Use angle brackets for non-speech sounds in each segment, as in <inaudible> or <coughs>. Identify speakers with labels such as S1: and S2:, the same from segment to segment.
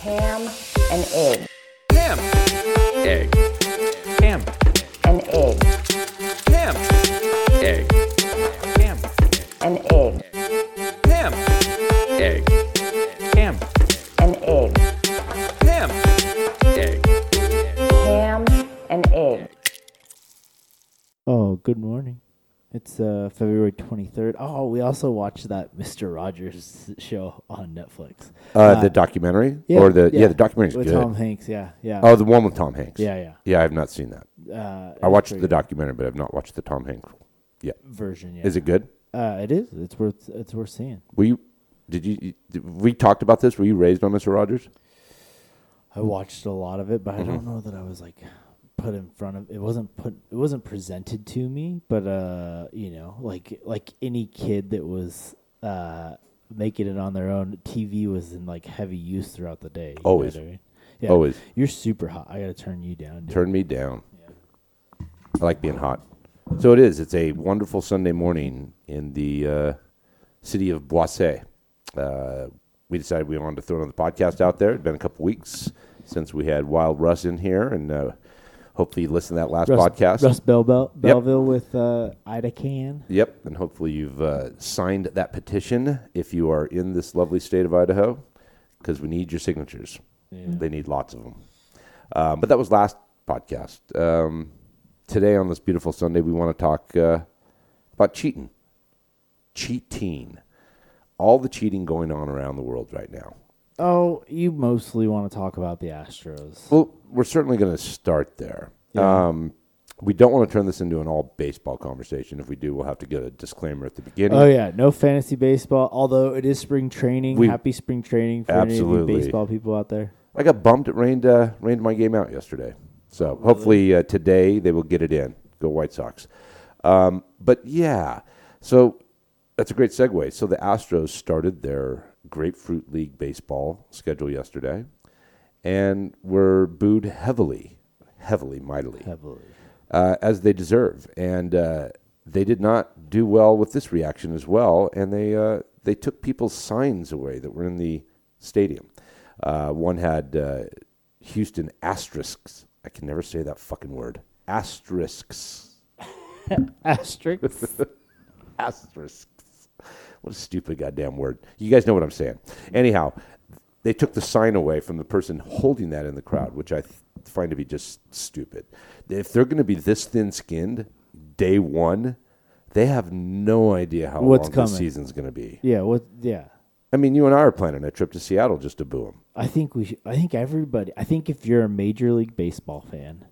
S1: ham and egg.
S2: Ham. Egg. Ham.
S1: An egg.
S2: Ham. Egg. Ham.
S1: An egg.
S2: Ham. Egg. Ham.
S1: An egg.
S2: Ham. Egg.
S1: Ham and egg.
S3: Oh, good morning. It's uh, February 23rd. Oh, we also watched that <laughs> Mr. Rogers show on Netflix.
S4: Uh, the documentary or the yeah, the documentary's
S3: with
S4: good.
S3: Tom Hanks, yeah. Yeah.
S4: oh, the one with Tom Hanks.
S3: Yeah, yeah.
S4: Yeah, I've not seen that.
S3: uh,
S4: I watched the documentary, but I've not watched the Tom Hanks. Yeah.
S3: version, yeah.
S4: Is it good?
S3: Uh, it is. It's worth it's worth seeing.
S4: Were you? Did you? you- did- we talked about this. Were you raised on Mister Rogers?
S3: I watched a lot of it, but
S4: Mm-hmm.
S3: I don't know that I was like put in front of it wasn't put it wasn't presented to me, but uh, you know, like like any kid that was uh making it on their own, TV was in like heavy use throughout the day. you know what
S4: Always.
S3: I mean? Yeah.
S4: Always.
S3: You're super hot. I gotta turn you down. dude.
S4: Turn me down. I like being hot. So it is. It's a wonderful Sunday morning in the uh, city of Boise. Uh, we decided we wanted to throw another podcast out there. It's been a couple weeks since we had Wild Russ in here, and uh, hopefully you listened to that last
S3: Russ,
S4: podcast.
S3: Russ Bel- Bel- Belville with uh, Ida Can.
S4: Yep, and hopefully you've uh, signed that petition if you are in this lovely state of Idaho, because we need your signatures. They need lots of them. Um, but that was last podcast. Um, today on this beautiful Sunday, we want to talk uh, about cheating, cheating, all the cheating going on around the world right now.
S3: Oh, you mostly want to talk about the Astros.
S4: Well, we're certainly going to start there. Um, we don't want to turn this into an all baseball conversation. If we do, we'll have to get a disclaimer at the beginning.
S3: Oh yeah, no fantasy baseball. Although it is spring training.
S4: We-
S3: Happy spring training for any
S4: Absolutely.
S3: of you baseball people out there.
S4: I got bumped. It rained. Uh, rained my game out yesterday. So hopefully uh, today they will get it in. Go White Sox. Um, but yeah, so that's a great segue. So the Astros started their Grapefruit League baseball schedule yesterday, and were booed heavily, heavily, mightily
S3: Heavily.
S4: uh, as they deserve. And uh, they did not do well with this reaction as well. And they uh, they took people's signs away that were in the stadium. Uh, one had uh, Houston asterisks. I can never say that fucking word.
S3: <laughs>
S4: Asterisks.
S3: Asterix.
S4: <laughs> Asterisks. What a stupid goddamn word. You guys know what I'm saying. Anyhow, they took the sign away from the person holding that in the crowd, which I th- find to be just stupid. If they're going to be this thin skinned day one, they have no idea how
S3: What's
S4: long
S3: coming.
S4: this season's going to be.
S3: yeah. What? Yeah.
S4: I mean, you and I are planning a trip to Seattle just to boo them.
S3: I think we. Should, I think everybody. I think if you're a major league baseball fan,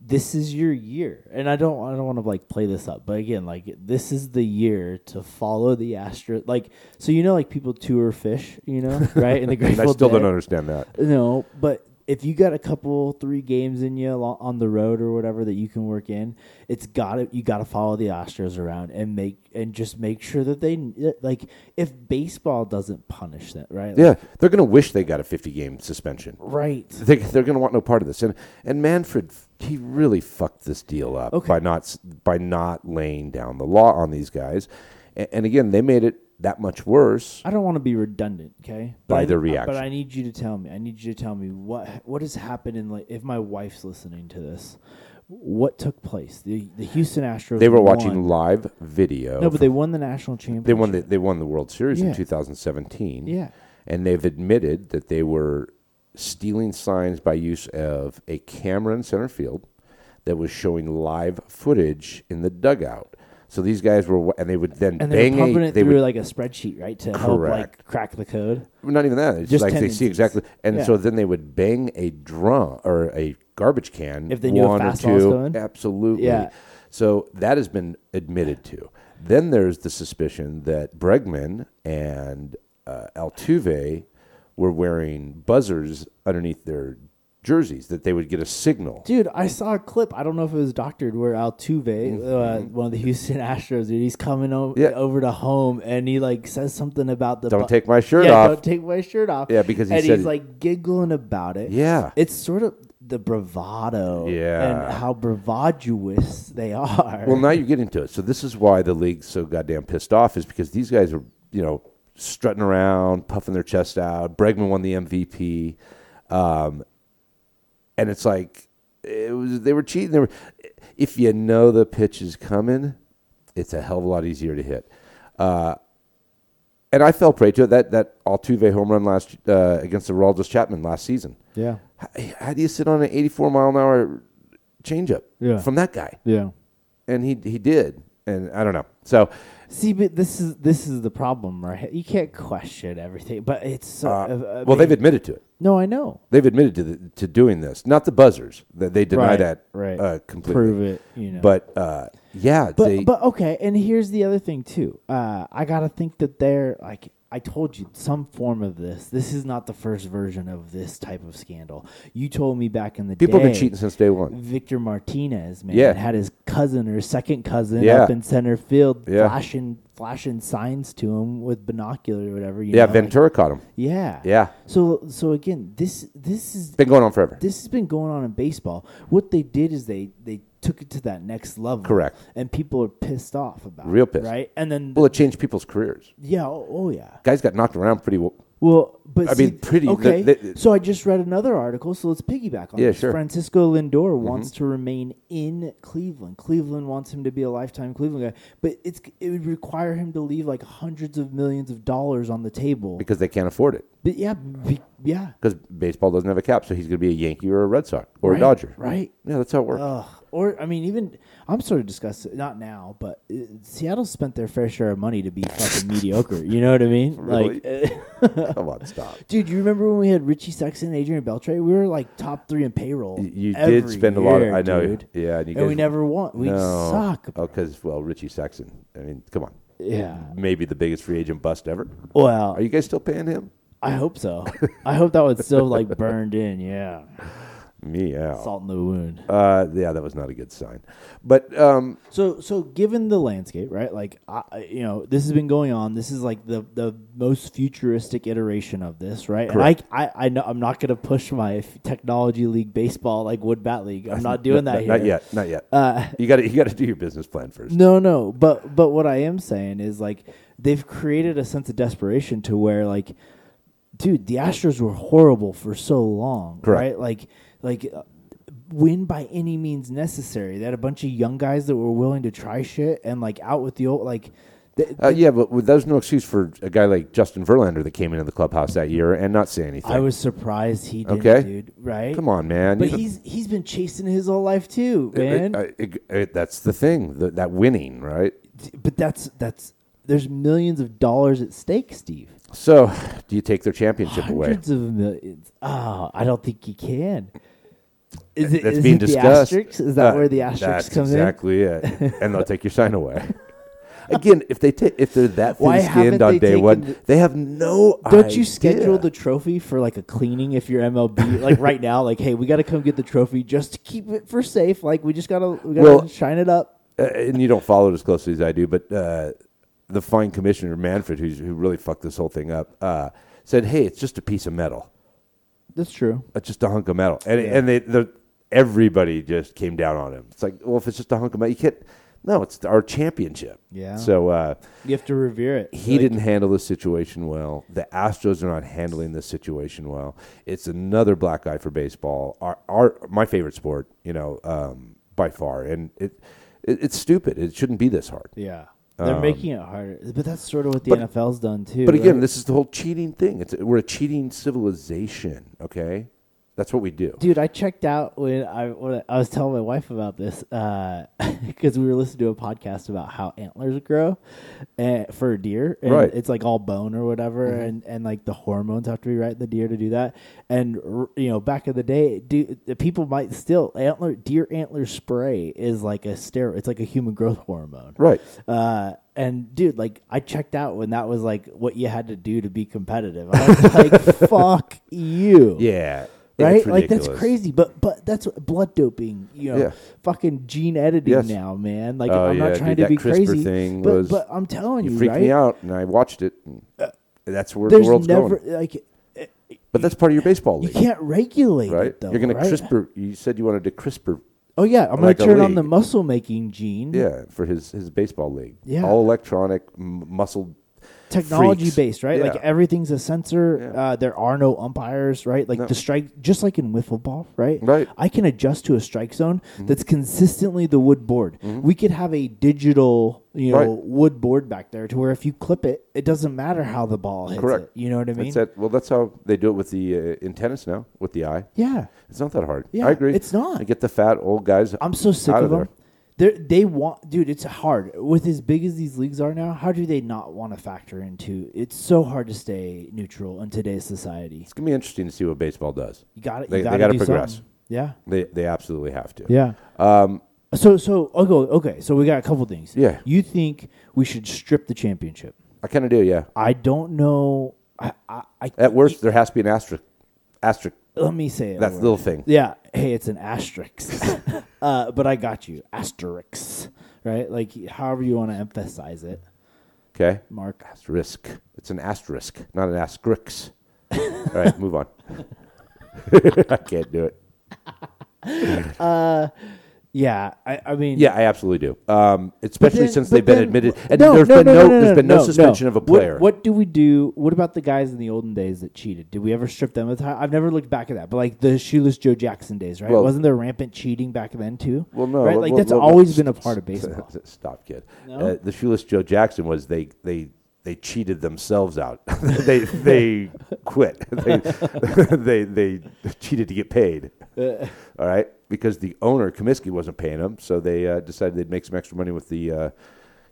S3: this is your year. And I don't. I don't want to like play this up, but again, like this is the year to follow the Astro. Like so, you know, like people tour fish. You
S4: <laughs>
S3: know, right? In the
S4: And
S3: Grateful
S4: I still
S3: Dead.
S4: don't understand that.
S3: No, but if you got a couple three games in you lo- on the road or whatever that you can work in, it's got to you got to follow the Astros around and make and just make sure that they like if baseball doesn't punish that, right? Like,
S4: Yeah, they're going to wish they got a 50 game suspension.
S3: Right.
S4: They, they're going to want no part of this. And and Manfred, he really fucked this deal up
S3: Okay.
S4: by not s- by not laying down the law on these guys. And, and again, they made it that much worse.
S3: I don't want to be redundant, okay?
S4: By
S3: I-
S4: their
S3: But
S4: reaction.
S3: I need you to tell me. I need you to tell me what what has happened in like if my wife's listening to this, what took place? The the Houston Astros
S4: They were watching
S3: won.
S4: live video.
S3: No, but
S4: from-
S3: they won the national championship.
S4: they won the they won the World Series
S3: Yeah.
S4: in 2017.
S3: Yeah.
S4: and they've admitted that they were stealing signs by use of a camera in center field that was showing live footage in the dugout. So these guys were, wa- and they would then
S3: and they
S4: bang
S3: were pumping
S4: a,
S3: it
S4: they
S3: through
S4: would
S3: like a spreadsheet, right? To help like
S4: Correct.
S3: crack the code.
S4: Well, not even that. It's
S3: Just
S4: just like they
S3: tendencies.
S4: see exactly, and
S3: Yeah.
S4: so then they would bang a drum or a garbage can
S3: If they knew a
S4: one or
S3: fastball was
S4: two.
S3: coming.
S4: Absolutely.
S3: Yeah.
S4: So that has been admitted to. Then there's the suspicion that Bregman and uh, Altuve were wearing buzzers underneath their jerseys that they would get a signal.
S3: Dude, I saw a clip. I don't know if it was doctored where Altuve, uh, one of the <laughs> Houston Astros, dude, he's coming o-
S4: Mm-hmm. Yeah.
S3: over to home and he like says something about the
S4: Don't
S3: bu-
S4: take my shirt
S3: yeah,
S4: off.
S3: Don't take my shirt off.
S4: Yeah, because he
S3: and
S4: said-
S3: he's like giggling about it.
S4: Yeah.
S3: it's sort of the bravado.
S4: Yeah.
S3: and how bravadoous they are.
S4: Well, now you get into it. So this is why the league's so goddamn pissed off is because these guys are, you know, strutting around, puffing their chest out. Bregman won the MVP, um, and it's like it was they were cheating. They were, if you know the pitch is coming, it's a hell of a lot easier to hit. Uh, and I fell prey to it. That that Altuve home run last uh, against the Raldus Chapman last season.
S3: <laughs> Yeah.
S4: How, how do you sit on an 84 mile an hour changeup
S3: Yeah.
S4: from that guy?
S3: Yeah.
S4: And he he did. And I don't know. So
S3: See, but this is this is the problem, right? You can't question everything, but it's so.
S4: Uh,
S3: I
S4: well, they've
S3: mean-
S4: admitted to it.
S3: no, I know.
S4: They've admitted to the, to doing this. Not the buzzers. That they deny
S3: Right,
S4: that
S3: right.
S4: uh, completely.
S3: Prove it, you know.
S4: But uh, yeah,
S3: but
S4: they,
S3: but okay. And here's the other thing too. Uh, I gotta think that they're like I told you some form of this. This is not the first version of this type of scandal. You told me back in the
S4: people have been
S3: day-
S4: cheating since day one.
S3: Victor Martinez, man,
S4: Yeah.
S3: had his cousin or second cousin
S4: Yeah.
S3: up in center field,
S4: Yeah.
S3: flashing flashing signs to him with binoculars or whatever. You
S4: Yeah,
S3: know, like-
S4: Ventura caught him.
S3: yeah,
S4: Yeah.
S3: So so again, this this is
S4: Been going on forever.
S3: this has been going on in baseball. What they did is they they took it to that next level.
S4: Correct.
S3: And people are pissed off about
S4: Real
S3: it,
S4: pissed.
S3: right? And then
S4: Well, it changed people's careers.
S3: yeah, oh, oh yeah.
S4: Guys got knocked around pretty well.
S3: Well, but
S4: I
S3: see-
S4: mean, pretty-
S3: okay.
S4: the- the-
S3: so I just read another article. So let's piggyback on
S4: Yeah,
S3: this.
S4: sure. Mm-hmm.
S3: Francisco Lindor wants to remain in Cleveland. Cleveland wants him to be a lifetime Cleveland guy, but it's it would require him to leave like hundreds of millions of dollars on the table.
S4: because they can't afford it.
S3: But yeah, be, yeah.
S4: Because baseball doesn't have a cap, so he's going to be a Yankee or a Red Sox or
S3: Right,
S4: a Dodger.
S3: right.
S4: Yeah, that's how it works.
S3: Ugh. Or I mean, even I'm sort of disgusted. Not now, but uh, Seattle spent their fair share of money to be fucking <laughs> mediocre. You know what I mean? Like, uh,
S4: Come on, stop.
S3: dude, you remember when we had Richie Sexton, Adrian Beltre? We were like top three in payroll.
S4: You
S3: every
S4: did spend a lot. Of,
S3: year,
S4: I know.
S3: dude.
S4: Yeah, and, you
S3: and,
S4: guys,
S3: we never won. We
S4: No.
S3: suck.
S4: Oh, because well, Richie Sexton. I mean, come on.
S3: Yeah.
S4: Maybe the biggest free agent bust ever.
S3: Well,
S4: Are you guys still paying him?
S3: I hope so. I hope that was still like <laughs> burned in. Yeah,
S4: Meow.
S3: salt in the wound.
S4: Uh, yeah, that was not a good sign. But um,
S3: So, so given the landscape, right? Like, I, I- you know, this has been going on. This is like the the most futuristic iteration of this, right?
S4: Correct.
S3: And I, I, I know I'm not going to push my f- technology league baseball like wood bat league.
S4: <laughs>
S3: I'm not doing that
S4: not,
S3: here. Uh,
S4: not yet. Not yet. you got to you got to do your business plan first.
S3: No, no, but but what I am saying is like they've created a sense of desperation to where like, dude, the Astros were horrible for so long,
S4: Correct.
S3: right? Like, like uh, win by any means necessary. They had a bunch of young guys that were willing to try shit and like out with the old like. th-
S4: Uh, yeah, but there's no excuse for a guy like Justin Verlander that came into the clubhouse that year and not say anything.
S3: I was surprised he didn't,
S4: Okay.
S3: dude. Right?
S4: Come on, man.
S3: But
S4: You-
S3: he's he's been chasing his whole life too, man.
S4: It- it- it- that's the thing. That, that winning, right?
S3: but that's that's there's millions of dollars at stake, Steve.
S4: So, do you take their championship away?
S3: Hundreds of millions. Oh, I don't think you can. Is it,
S4: That's
S3: is
S4: being
S3: it
S4: discussed.
S3: the asterisk? Is that
S4: Uh,
S3: where the asterisk
S4: that's
S3: comes
S4: exactly it. And they'll take your
S3: <laughs>
S4: sign away. Again, if they ta- if they're that
S3: Why
S4: thin skinned
S3: haven't
S4: on
S3: they
S4: day
S3: taken
S4: one,
S3: the-
S4: they have no.
S3: in? Don't you schedule
S4: idea.
S3: the trophy for like a cleaning if you're MLB? like right now, like hey, we got to come get the trophy just to keep it for safe. Like we just gotta, we gotta
S4: Well-
S3: shine it up.
S4: uh, and you don't follow it as closely as I do, but uh, the fine commissioner Manfred, who's, who really fucked this whole thing up, uh, said, "Hey, it's just a piece of metal,
S3: That's true.
S4: it's just a hunk of metal," and and they, the, everybody just came down on him. It's like, well, if it's just a hunk of metal, you can't. No, it's our championship.
S3: Yeah.
S4: So uh,
S3: You have to revere it.
S4: he didn't handle the situation well. The Astros are not handling this situation well. It's another black eye for baseball. Our, our my favorite sport, you know, um, by far, and it, it it's stupid. It shouldn't be this hard.
S3: Yeah, they're making it harder. But that's sort of what the
S4: Um, but-
S3: NFL's done too.
S4: But again,
S3: right?
S4: this is the whole cheating thing. It's we're a cheating civilization. Okay, that's what we do.
S3: Dude, I checked out when I when I was telling my wife about this <laughs> because we were listening to a podcast about how antlers grow uh, for a deer. And
S4: Right. Mm-hmm.
S3: It's like all bone or whatever, and, and like the hormones have to be right in the deer to do that. And r- you know, back in the day, do, the people might still antler deer antler spray is like a steroid. It's like a human growth hormone.
S4: Right.
S3: Uh, and dude, like I checked out when that was like what you had to do to be competitive. I was
S4: <laughs>
S3: like, "Fuck you!"
S4: Yeah.
S3: right?
S4: It's
S3: Like that's
S4: ridiculous.
S3: crazy, but but that's what blood doping, you know,
S4: Yeah.
S3: fucking gene editing
S4: Yes.
S3: now, man. Like
S4: Oh,
S3: I'm
S4: yeah,
S3: not trying
S4: dude,
S3: to
S4: that
S3: be
S4: CRISPR
S3: crazy,
S4: thing
S3: but
S4: was-
S3: but I'm telling you,
S4: You freaked
S3: right? Uh,
S4: me out, and I watched it. and that's where the
S3: There's
S4: world's
S3: never
S4: going.
S3: like
S4: But that's part of your baseball
S3: you
S4: league,
S3: can't regulate
S4: right?
S3: it though.
S4: You're going
S3: right?
S4: to CRISPR. You said you wanted to CRISPR.
S3: Oh yeah, I'm
S4: like a
S3: gonna turn on the
S4: league.
S3: muscle making gene.
S4: Yeah, for his his baseball league.
S3: Yeah.
S4: All electronic, m- muscle.
S3: technology
S4: freaks.
S3: based, right? Like
S4: Yeah.
S3: everything's a sensor.
S4: Yeah.
S3: Uh, there are no umpires, right? Like
S4: No.
S3: the strike, just like in wiffle ball, right?
S4: Right. Mm-hmm.
S3: I can adjust to a strike zone that's consistently the wood board. We could have a digital, you know,
S4: Right.
S3: wood board back there to where if you clip it, it doesn't matter how the ball hits
S4: Correct.
S3: it. You know what I mean?
S4: That's it. Well, that's how they do it with the uh, in tennis now with the eye.
S3: Yeah.
S4: It's not that hard.
S3: Yeah,
S4: I agree.
S3: it's not.
S4: I get the fat old guys.
S3: I'm so sick
S4: out
S3: of,
S4: of
S3: them. They're, they want, dude. It's hard with as big as these leagues are now. How do they not want to factor into? It's so hard to stay neutral in today's society.
S4: It's gonna be interesting to see what baseball does.
S3: You got to
S4: They- they
S3: You got
S4: gotta
S3: to
S4: progress.
S3: Yeah.
S4: They they absolutely have to.
S3: Yeah. Um. So so okay okay. So we got a couple things.
S4: Yeah.
S3: You think we should strip the championship?
S4: I kind of do. Yeah.
S3: I don't know. I I, I
S4: At worst, there has to be an asterisk. Asterisk.
S3: let me say it.
S4: That
S3: Laura.
S4: little thing.
S3: Yeah. Hey, it's an asterisk. <laughs> uh, but I got you. Asterisk. Right. Like however you want to emphasize it,
S4: Okay.
S3: Mark.
S4: Asterisk. It's an asterisk, not an
S3: <laughs>
S4: asterisk. All right, move on. <laughs> I can't do it.
S3: Yeah. I I mean.
S4: Yeah, I absolutely do. Um, especially
S3: Then-
S4: since
S3: but
S4: they've been
S3: then-
S4: admitted, and
S3: no,
S4: there's
S3: no,
S4: been
S3: no,
S4: no,
S3: no,
S4: there's been no,
S3: no,
S4: suspension of a
S3: What-
S4: player.
S3: What, do we do? What about the guys in the olden days that cheated? Did we ever strip them of? the I've never looked back at that, but like the shoeless Joe Jackson days, right?
S4: Well-
S3: Wasn't there rampant cheating back then too?
S4: Well, no,
S3: right?
S4: well,
S3: like
S4: well,
S3: that's
S4: well,
S3: always
S4: well,
S3: been a
S4: st-
S3: part of baseball.
S4: <laughs> Stop, kid.
S3: No?
S4: Uh, the shoeless Joe Jackson was they they they cheated themselves out. <laughs>
S3: <laughs>
S4: they they quit. they, <laughs> they they cheated to get paid.
S3: Uh.
S4: All right, because the owner Comiskey wasn't paying them, so they uh, decided they'd make some extra money with the. Uh,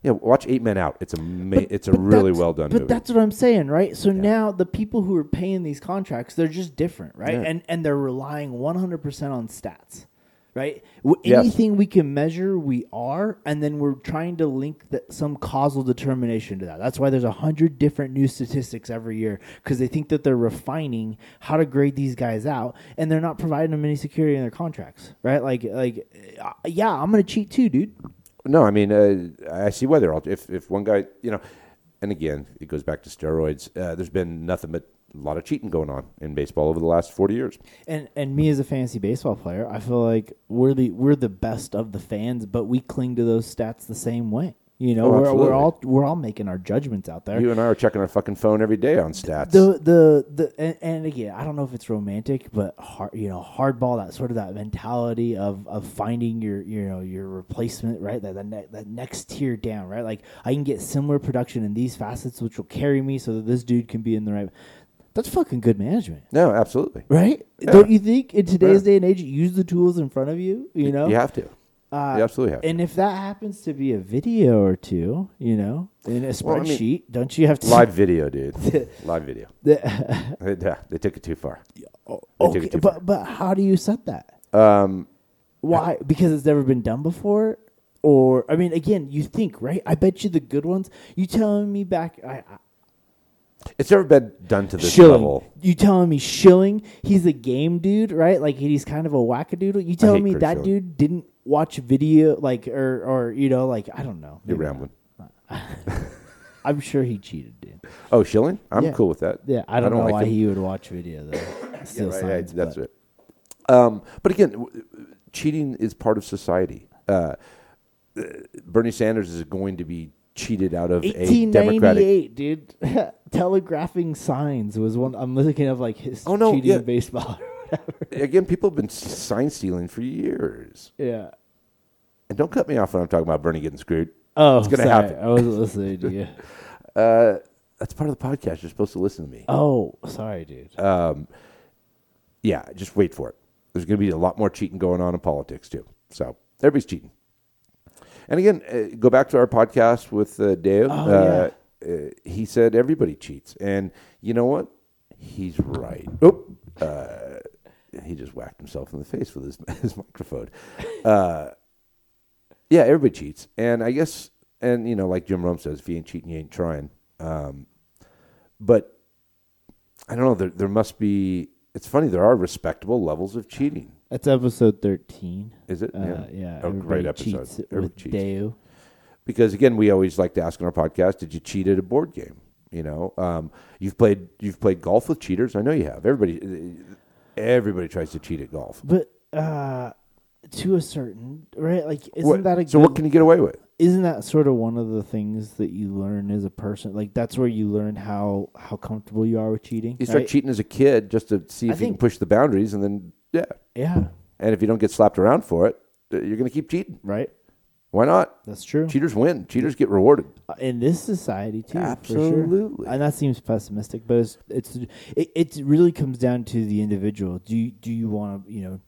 S4: yeah, watch Eight Men Out. It's a ma- it's a
S3: But
S4: really
S3: that's-
S4: well done
S3: But
S4: movie.
S3: that's what I'm saying, right? So now the people who are paying these contracts, they're just different, right? And and they're relying 100% on stats, right? W-
S4: Yes.
S3: Anything we can measure, we are, and then we're trying to link that some causal determination to that. That's why there's a hundred different new statistics every year because they think that they're refining how to grade these guys out, and they're not providing them any security in their contracts, right? Like like, uh, yeah, I'm gonna cheat too, dude.
S4: No, I mean, uh, I see why they're all. If if one guy, you know, and again, it goes back to steroids. Uh, there's been nothing but a lot of cheating going on in baseball over the last forty years.
S3: And and me as a fantasy baseball player, I feel like we're the we're the best of the fans, but we cling to those stats the same way. You know,
S4: Oh,
S3: we're,
S4: absolutely.
S3: we're all we're all making our judgments out there.
S4: You and I are checking our fucking phone every day on stats.
S3: the the the and, and again, I don't know if it's romantic, but hard you know hardball that sort of that mentality of of finding your you know your replacement right that that, ne- that next tier down right like I can get similar production in these facets which will carry me so that this dude can be in the right. That's fucking good management.
S4: no, absolutely.
S3: Right?
S4: Yeah.
S3: Don't you think in today's
S4: Yeah.
S3: day and age, use the tools in front of you? You know, Uh,
S4: You have to. you absolutely have.
S3: And if that happens to be a video or two, you know, in a
S4: Well, I mean-
S3: spreadsheet, don't you have to
S4: to. Live video, dude. Live video.
S3: The-
S4: <laughs> They, they took it too far. They took
S3: <laughs> okay,
S4: it too far.
S3: but but how do you set that? Um, why? Because it's never been done before. Or I mean, again, you think right? I bet you the good ones. You telling me back? I, I,
S4: It's never been done to this
S3: Schilling.
S4: level.
S3: You telling me Schilling? He's a game dude, right? Like he's kind of a wackadoodle. You telling me
S4: Kurt
S3: that
S4: Schilling.
S3: dude didn't watch video, like or or you know, like I don't know.
S4: You're
S3: Maybe not.
S4: rambling.
S3: I'm sure he cheated, dude.
S4: Oh, shilling? I'm
S3: Yeah.
S4: cool with that.
S3: Yeah, I don't, know
S4: like
S3: why
S4: him.
S3: he would watch video though. Still
S4: Right,
S3: science,
S4: <laughs> yeah, that's
S3: but-
S4: it. Um, but again, w- w- cheating is part of society. Uh, uh, Bernie Sanders is going to be cheated out of a Democratic.
S3: 1898, dude. <laughs> Telegraphing signs was one. I'm looking up like his
S4: Oh, no,
S3: cheating
S4: yeah.
S3: in baseball. <laughs> or whatever.
S4: <laughs> Again, people have been s- sign stealing for years.
S3: yeah.
S4: And don't cut me off when I'm talking about Bernie getting screwed.
S3: Oh,
S4: it's going to
S3: sorry,
S4: happen.
S3: I wasn't listening to
S4: <laughs>
S3: you.
S4: That's part of the podcast. You're supposed to listen to me.
S3: Oh, sorry, dude.
S4: yeah, just wait for it. There's going to be a lot more cheating going on in politics too. So everybody's cheating. And again, uh, go back to our podcast with uh, Dave. uh, uh, he said everybody cheats, and you know what? He's right. Oh, uh, he just whacked himself in the face with his, <laughs> his microphone. Uh, yeah, everybody cheats, and I guess, and you know, like Jim Rome says, if you ain't cheating, you ain't trying. Um, but I don't know. There, there must be. It's funny. There are respectable levels of cheating.
S3: That's episode 13.
S4: Is it?
S3: Uh,
S4: Yeah.
S3: yeah.
S4: Oh,
S3: everybody
S4: great episode.
S3: cheats
S4: Everybody
S3: with
S4: cheats.
S3: Deo.
S4: Because again, we always like to ask on our podcast, "Did you cheat at a board game?" You know, um, you've played you've played golf with cheaters. I know you have. Everybody, everybody tries to cheat at golf.
S3: But uh, to a certain, right? Like, isn't
S4: What-
S3: that a
S4: so?
S3: good
S4: What can you get away with?
S3: isn't that sort of one of the things that you learn as a person? Like that's where you learn how how comfortable you are with cheating.
S4: You start
S3: right?
S4: cheating as a kid just to see
S3: I
S4: if you can
S3: think-
S4: push the boundaries, and then yeah,
S3: Yeah.
S4: and if you don't get slapped around for it, uh, you're going to keep cheating.
S3: Right.
S4: Why not?
S3: That's true. Uh,
S4: Cheaters win. Cheaters get rewarded.
S3: in this society too. for sure.
S4: Absolutely.
S3: and that seems pessimistic, but it's it's it, it really comes down to the individual. Do you do you want to you know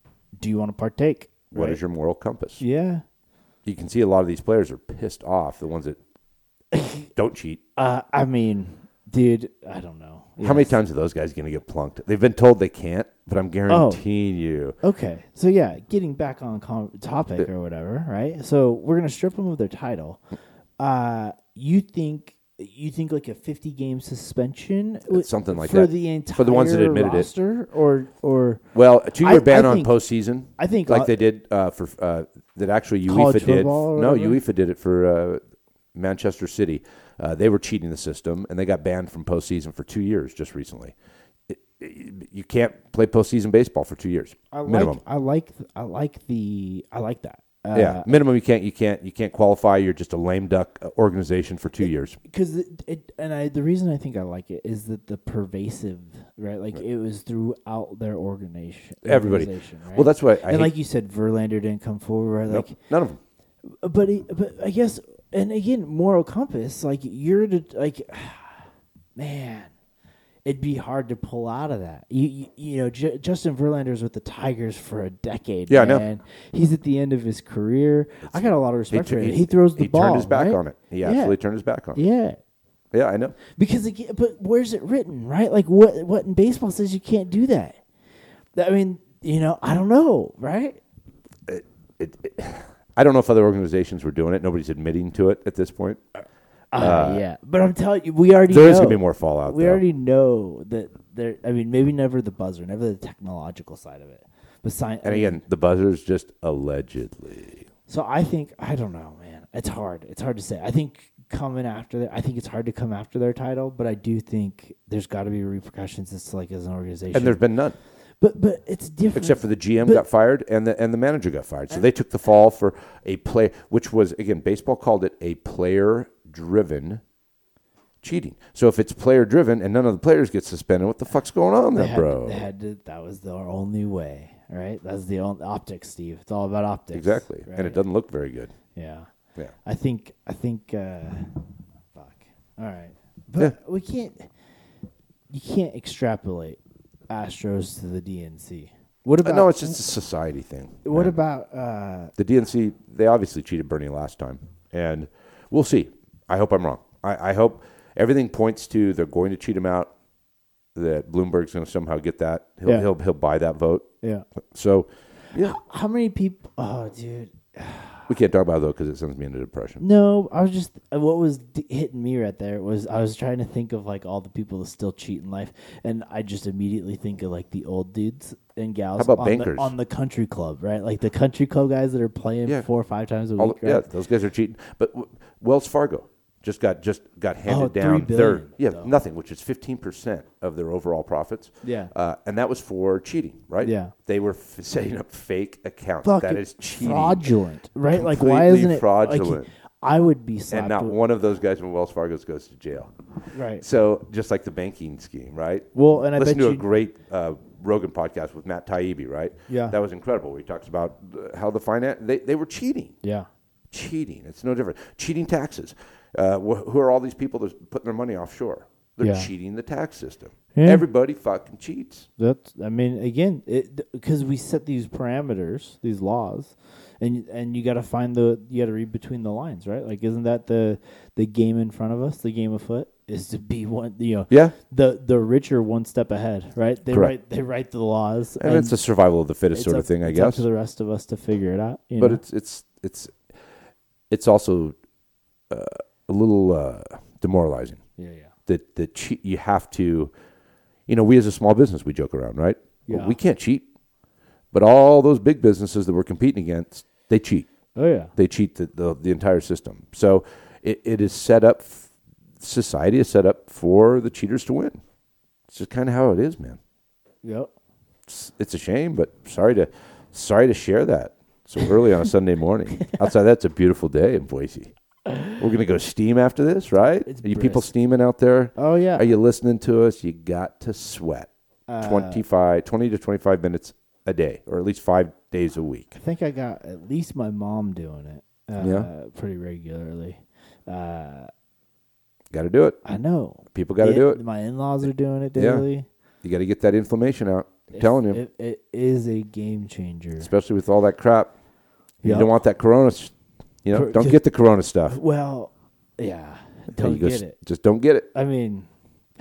S3: do you want to partake?
S4: What is your moral compass?
S3: Yeah,
S4: You can see a lot of these players are pissed off. The ones that <coughs> don't cheat.
S3: uh, I mean, dude, I don't know.
S4: How many times are those guys going to get plunked? They've been told they can't, but
S3: Oh.
S4: I'm guaranteeing you.
S3: Okay, so yeah, getting back on com- topic or whatever, right? So we're gonna strip them of their title. Uh, you think you think like a fifty game suspension, w-
S4: Something like
S3: for
S4: that.
S3: the entire
S4: For the ones that admitted it.
S3: roster, it, or or
S4: Well, a two-year
S3: I-
S4: ban
S3: I
S4: on
S3: think-
S4: postseason.
S3: I think,
S4: like
S3: uh,
S4: they did uh, for uh, that. Actually,
S3: College
S4: UEFA did.
S3: football or
S4: No,
S3: whatever?
S4: UEFA did it for uh, Manchester City. Uh, they were cheating the system, and they got banned from postseason for two years just recently. It- it- you can't play postseason baseball for two years
S3: I like,
S4: minimum.
S3: I like I like the I like that. Uh,
S4: yeah, minimum. You can't. You can't. You can't qualify. You're just a lame duck uh, organization for two years.
S3: because it, it and I the reason I think I like it is that the pervasive right like it was throughout their organization.
S4: Everybody.
S3: organization, right?
S4: Well, that's why I
S3: and
S4: hate-
S3: like you said, Verlander didn't come forward. Right?
S4: Nope,
S3: Like,
S4: none of them.
S3: but it, but I guess and again, moral compass. Like you're the like, <sighs> man, it'd be hard to pull out of that. You you, you know, J- Justin Verlander's with the Tigers for a decade.
S4: Yeah, I know.
S3: man. He's at the end of his career. I got a lot of respect
S4: tu-
S3: for him. He throws the
S4: he
S3: ball.
S4: turned his back
S3: right?
S4: on it. He
S3: Yeah.
S4: absolutely turned his back on it.
S3: Yeah.
S4: Yeah, I know.
S3: Because again, but where's it written, right? Like what what in baseball says you can't do that. I mean, you know, I don't know, right?
S4: It, it- <sighs> I don't know if other organizations were doing it. Nobody's admitting to it at this point.
S3: Uh, yeah, but I'm telling you, we already
S4: There
S3: know.
S4: is gonna be more fallout,
S3: We
S4: though.
S3: already know that there. I mean, maybe never the buzzer, never the technological side of it, but science.
S4: And again, the buzzer's just allegedly.
S3: so I think I don't know, man. It's hard. It's hard to say. I think coming after that, I think it's hard to come after their title, but I do think there's got to be repercussions. It's like as an organization,
S4: And there's been none,
S3: but but it's different.
S4: except for the GM
S3: But-
S4: got fired and the and the manager got fired. So they took the fall for a play, which was again baseball called it a player driven cheating. So if it's player driven and none of the players get suspended, what the fuck's going on
S3: they
S4: there,
S3: had,
S4: bro?
S3: They had to, that was their only way, right? That's the only optics, Steve. It's all about optics,
S4: exactly,
S3: right?
S4: and it doesn't look very good.
S3: Yeah.
S4: Yeah.
S3: I think I think uh fuck. All right. But
S4: Yeah.
S3: we can't you can't extrapolate Astros to the DNC. What
S4: Uh,
S3: about
S4: no, it's just a society thing.
S3: what about uh
S4: the DNC they obviously cheated Bernie last time, and we'll see. I hope I'm wrong. I, I hope everything points to they're going to cheat him out. That Bloomberg's going to somehow get that. He'll
S3: Yeah.
S4: he'll he'll buy that vote.
S3: yeah.
S4: So yeah,
S3: How many people Oh dude.
S4: we can't talk about it though because it sends me into depression.
S3: No, I was just uh, what was d- hitting me right there was I was trying to think of like all the people that still cheat in life, and I just immediately think of like the old dudes and gals
S4: How about
S3: on,
S4: bankers?
S3: The, on the country club, right? Like the country club guys that are playing
S4: Yeah.
S3: four or five times a week.
S4: All-
S3: right?
S4: yeah, those guys are cheating. But w- Wells Fargo just got just got handed
S3: Oh, three
S4: down
S3: billion,
S4: third. Yeah,
S3: though.
S4: nothing, which is fifteen percent of their overall profits.
S3: Yeah.
S4: uh, and that was for cheating, right?
S3: Yeah.
S4: they were f- setting up fake accounts.
S3: Fuck,
S4: that
S3: it's
S4: is cheating.
S3: fraudulent, right? Like why
S4: Completely
S3: isn't it like,
S4: fraudulent.
S3: I would be slapped.
S4: and not
S3: with-
S4: one of those guys from Wells Fargo's goes to jail.
S3: Right.
S4: So just like the banking scheme, right?
S3: Well, and I
S4: listen
S3: bet
S4: to a
S3: you-
S4: great uh, Rogan podcast with Matt Taibbi, right?
S3: Yeah.
S4: that was incredible. He talks about uh, how the finance they, they were cheating,
S3: yeah.
S4: cheating. It's no different. Cheating taxes. Uh, wh- who are all these people that's putting their money offshore? They're
S3: Yeah.
S4: cheating the tax system.
S3: Yeah.
S4: Everybody fucking cheats.
S3: That's I mean again because we set these parameters, these laws, and and you got to find the you got to read between the lines, right? Like isn't that the the game in front of us? The game afoot is to be one, you know,
S4: Yeah.
S3: the the richer one step ahead, right? They
S4: Correct.
S3: write they write the laws,
S4: And, it's a survival of the fittest
S3: it's
S4: sort
S3: up-
S4: of thing, I
S3: it's up
S4: guess.
S3: to the rest of us to figure it out. you
S4: but
S3: know?
S4: it's it's it's it's also uh, a little uh, demoralizing.
S3: yeah, yeah.
S4: that the che- you have to you know we as a small business we joke around right Well,
S3: Yeah.
S4: we can't cheat but all those big businesses that we're competing against they cheat
S3: Oh yeah.
S4: they cheat the, the, the entire system so it, it is set up f- society is set up for the cheaters to win it's just kind of how it is man
S3: Yep.
S4: it's, it's a shame but sorry to sorry to share that so early on a Sunday
S3: <laughs>
S4: morning. Outside that's a beautiful day in Boise. We're gonna go steam after this, right?
S3: It's
S4: Are you people
S3: brisk.
S4: steaming out there?
S3: Oh, yeah. Uh,
S4: Are you listening to us? You got to sweat. Twenty five, twenty 25, 20 to 25 minutes a day, or at least five days a week.
S3: I think I got at least my mom doing it. Uh,
S4: Yeah.
S3: pretty regularly. Uh,
S4: Got to do it.
S3: I know
S4: People got to
S3: The-
S4: do it.
S3: My in-laws are doing it
S4: Yeah.
S3: daily.
S4: You got to get that inflammation out. I'm telling you,
S3: it, it is a game changer.
S4: especially with all that crap. You
S3: Yep.
S4: don't want that corona. s- You know,
S3: Cor-
S4: don't
S3: just-
S4: get the corona stuff.
S3: Well, yeah,
S4: Hey,
S3: don't
S4: you
S3: get
S4: just,
S3: it.
S4: Just don't get it.
S3: I
S4: <laughs>
S3: mean, <laughs>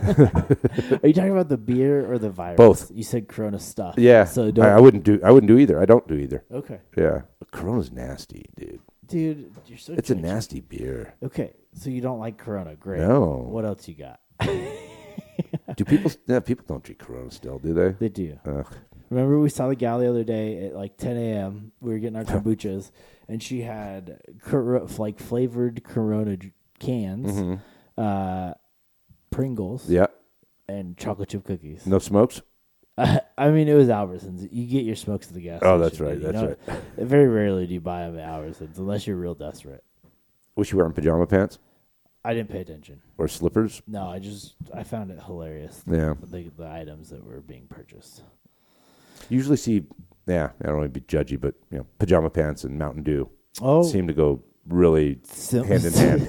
S3: are you talking about the beer or the virus?
S4: Both.
S3: You said Corona stuff.
S4: Yeah.
S3: So
S4: I-
S3: don't.
S4: I, wouldn't do. I wouldn't do either. I don't do either.
S3: okay,
S4: Yeah. But corona's nasty, dude.
S3: dude, you're so.
S4: It's a
S3: judgy.
S4: nasty beer.
S3: Okay, so you don't like Corona? Great.
S4: No.
S3: What else you got?
S4: Do people? yeah, people don't drink Corona still, do they?
S3: They do.
S4: Ugh.
S3: Remember we saw the gal the other day at like 10 a.m. We were getting
S4: <laughs>
S3: our kombuchas, and she had cor- like flavored Corona j- cans, uh, Pringles,
S4: Mm-hmm. Yeah.
S3: and chocolate chip cookies.
S4: No smokes.
S3: <laughs> I mean, it was Albertsons. You get your smokes at the gas.
S4: Oh, that's
S3: station,
S4: right,
S3: dude. You
S4: that's
S3: know, <laughs> Very rarely do you buy them at Albertsons unless you're real desperate.
S4: Was she wearing pajama pants
S3: I didn't pay attention.
S4: or slippers?
S3: No, I just I found it hilarious.
S4: Yeah.
S3: The, the items that were being purchased.
S4: Usually see. Yeah. I don't want to be judgy, but you know, pajama pants and Mountain Dew
S3: Oh,
S4: seem to go really
S3: Sim- <laughs>
S4: hand in hand.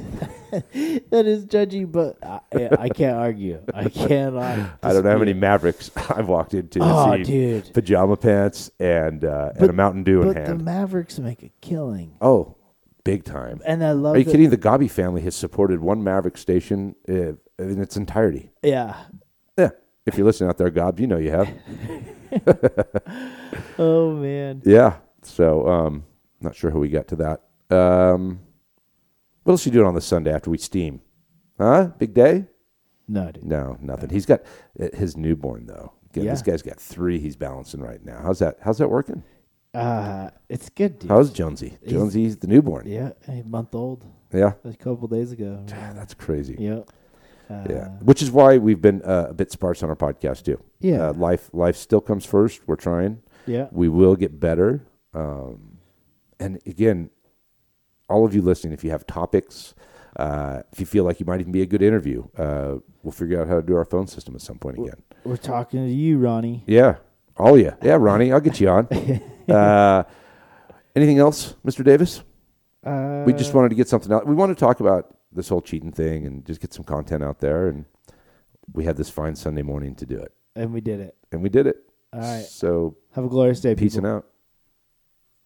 S3: that is judgy, but I, I can't argue.
S4: <laughs>
S3: I cannot.
S4: I don't know how many
S3: dispute.
S4: Mavericks <laughs> I've walked into. to
S3: Oh,
S4: see
S3: dude.
S4: Pajama pants and uh, and
S3: But-
S4: a Mountain Dew in
S3: But the
S4: hand.
S3: Mavericks make a killing,
S4: oh, big time.
S3: and I love.
S4: Are you
S3: that-
S4: kidding? The Gobby family has supported one Maverick station uh, in its entirety.
S3: Yeah.
S4: Yeah. If you're listening out there, Gob, you know you have. <laughs>
S3: Oh man.
S4: yeah. So, um, not sure how we got to that. Um, what else you doing on the Sunday after we steam? Huh? Big day?
S3: No, dude.
S4: No, nothing. He's got uh, his newborn though. Again, This
S3: Yeah.
S4: guy's got three. He's balancing right now. How's that? How's that working?
S3: Uh, it's good, dude.
S4: How's Jonesy?
S3: He's-
S4: Jonesy's the newborn.
S3: yeah, a month old.
S4: Yeah.
S3: A couple days ago.
S4: That's crazy.
S3: yeah. Uh,
S4: Yeah, which is why we've been uh, a bit sparse on our podcast too.
S3: Yeah.
S4: uh, life life still comes first. We're trying.
S3: Yeah.
S4: we will get better. Um, and again, all of you listening, if you have topics, uh, if you feel like you might even be a good interview, uh, we'll figure out how to do our phone system at some point again.
S3: We're talking to you, Ronnie.
S4: Yeah, all you. Yeah, Ronnie, I'll get
S3: <laughs>
S4: you on. uh, anything else, Mister Davis?
S3: Uh,
S4: we just wanted to get something out. We want to talk about this whole cheating thing and just get some content out there. And we had this fine Sunday morning to do it,
S3: and we did it.
S4: and we did it.
S3: All right.
S4: So
S3: Have a glorious day,
S4: peace
S3: people.
S4: and out.